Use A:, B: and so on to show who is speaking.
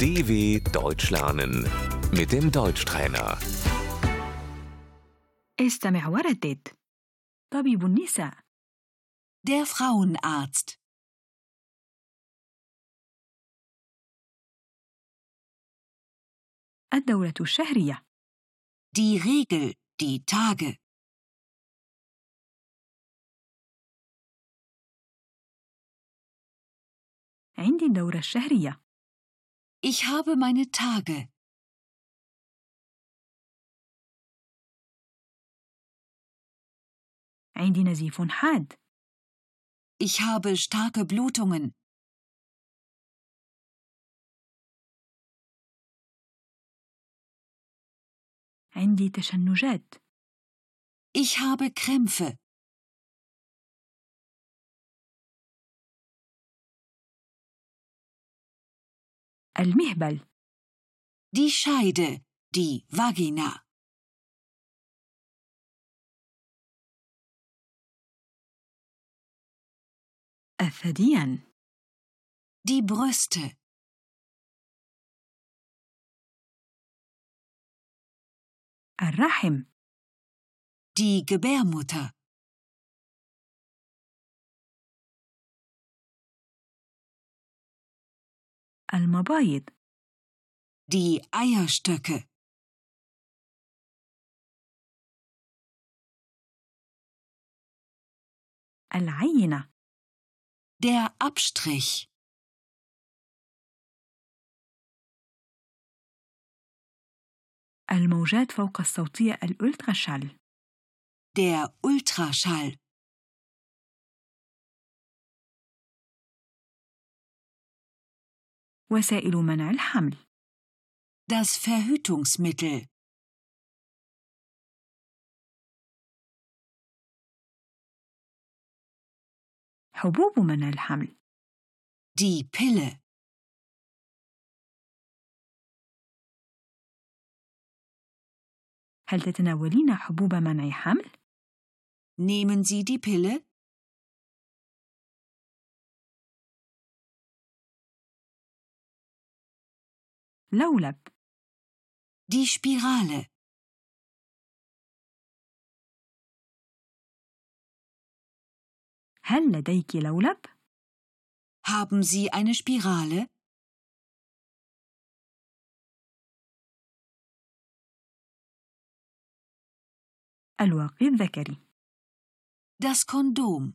A: DW Deutsch lernen mit dem Deutschtrainer.
B: استمع وردد طبيب النساء
C: Der Frauenarzt.
B: الدورة الشهرية
C: Die Regel. Die Tage.
B: عندي الدورة الشهرية
C: Ich habe meine Tage.
B: عندي نزيف حاد
C: Ich habe starke Blutungen.
B: عندي تشنجات
C: Ich habe Krämpfe.
B: المهبل
C: Die Scheide. Die Vagina.
B: الثديان
C: Die Brüste.
B: الرحم
C: Die Gebärmutter.
B: المبايض
C: Die Eierstöcke.
B: العينة
C: Der Abstrich.
B: الموجات فوق الصوتية الألتراشال
C: Der Ultraschall.
B: وسائل منع الحمل
C: Das Verhütungsmittel.
B: حبوب منع الحمل
C: Die Pille.
B: هل تتناولين حبوب منع حمل؟
C: Nehmen Sie die Pille?
B: لولب
C: Die Spirale.
B: هل لديك لولب؟
C: Haben Sie eine Spirale?
B: الواقي الذكري
C: Das Kondom.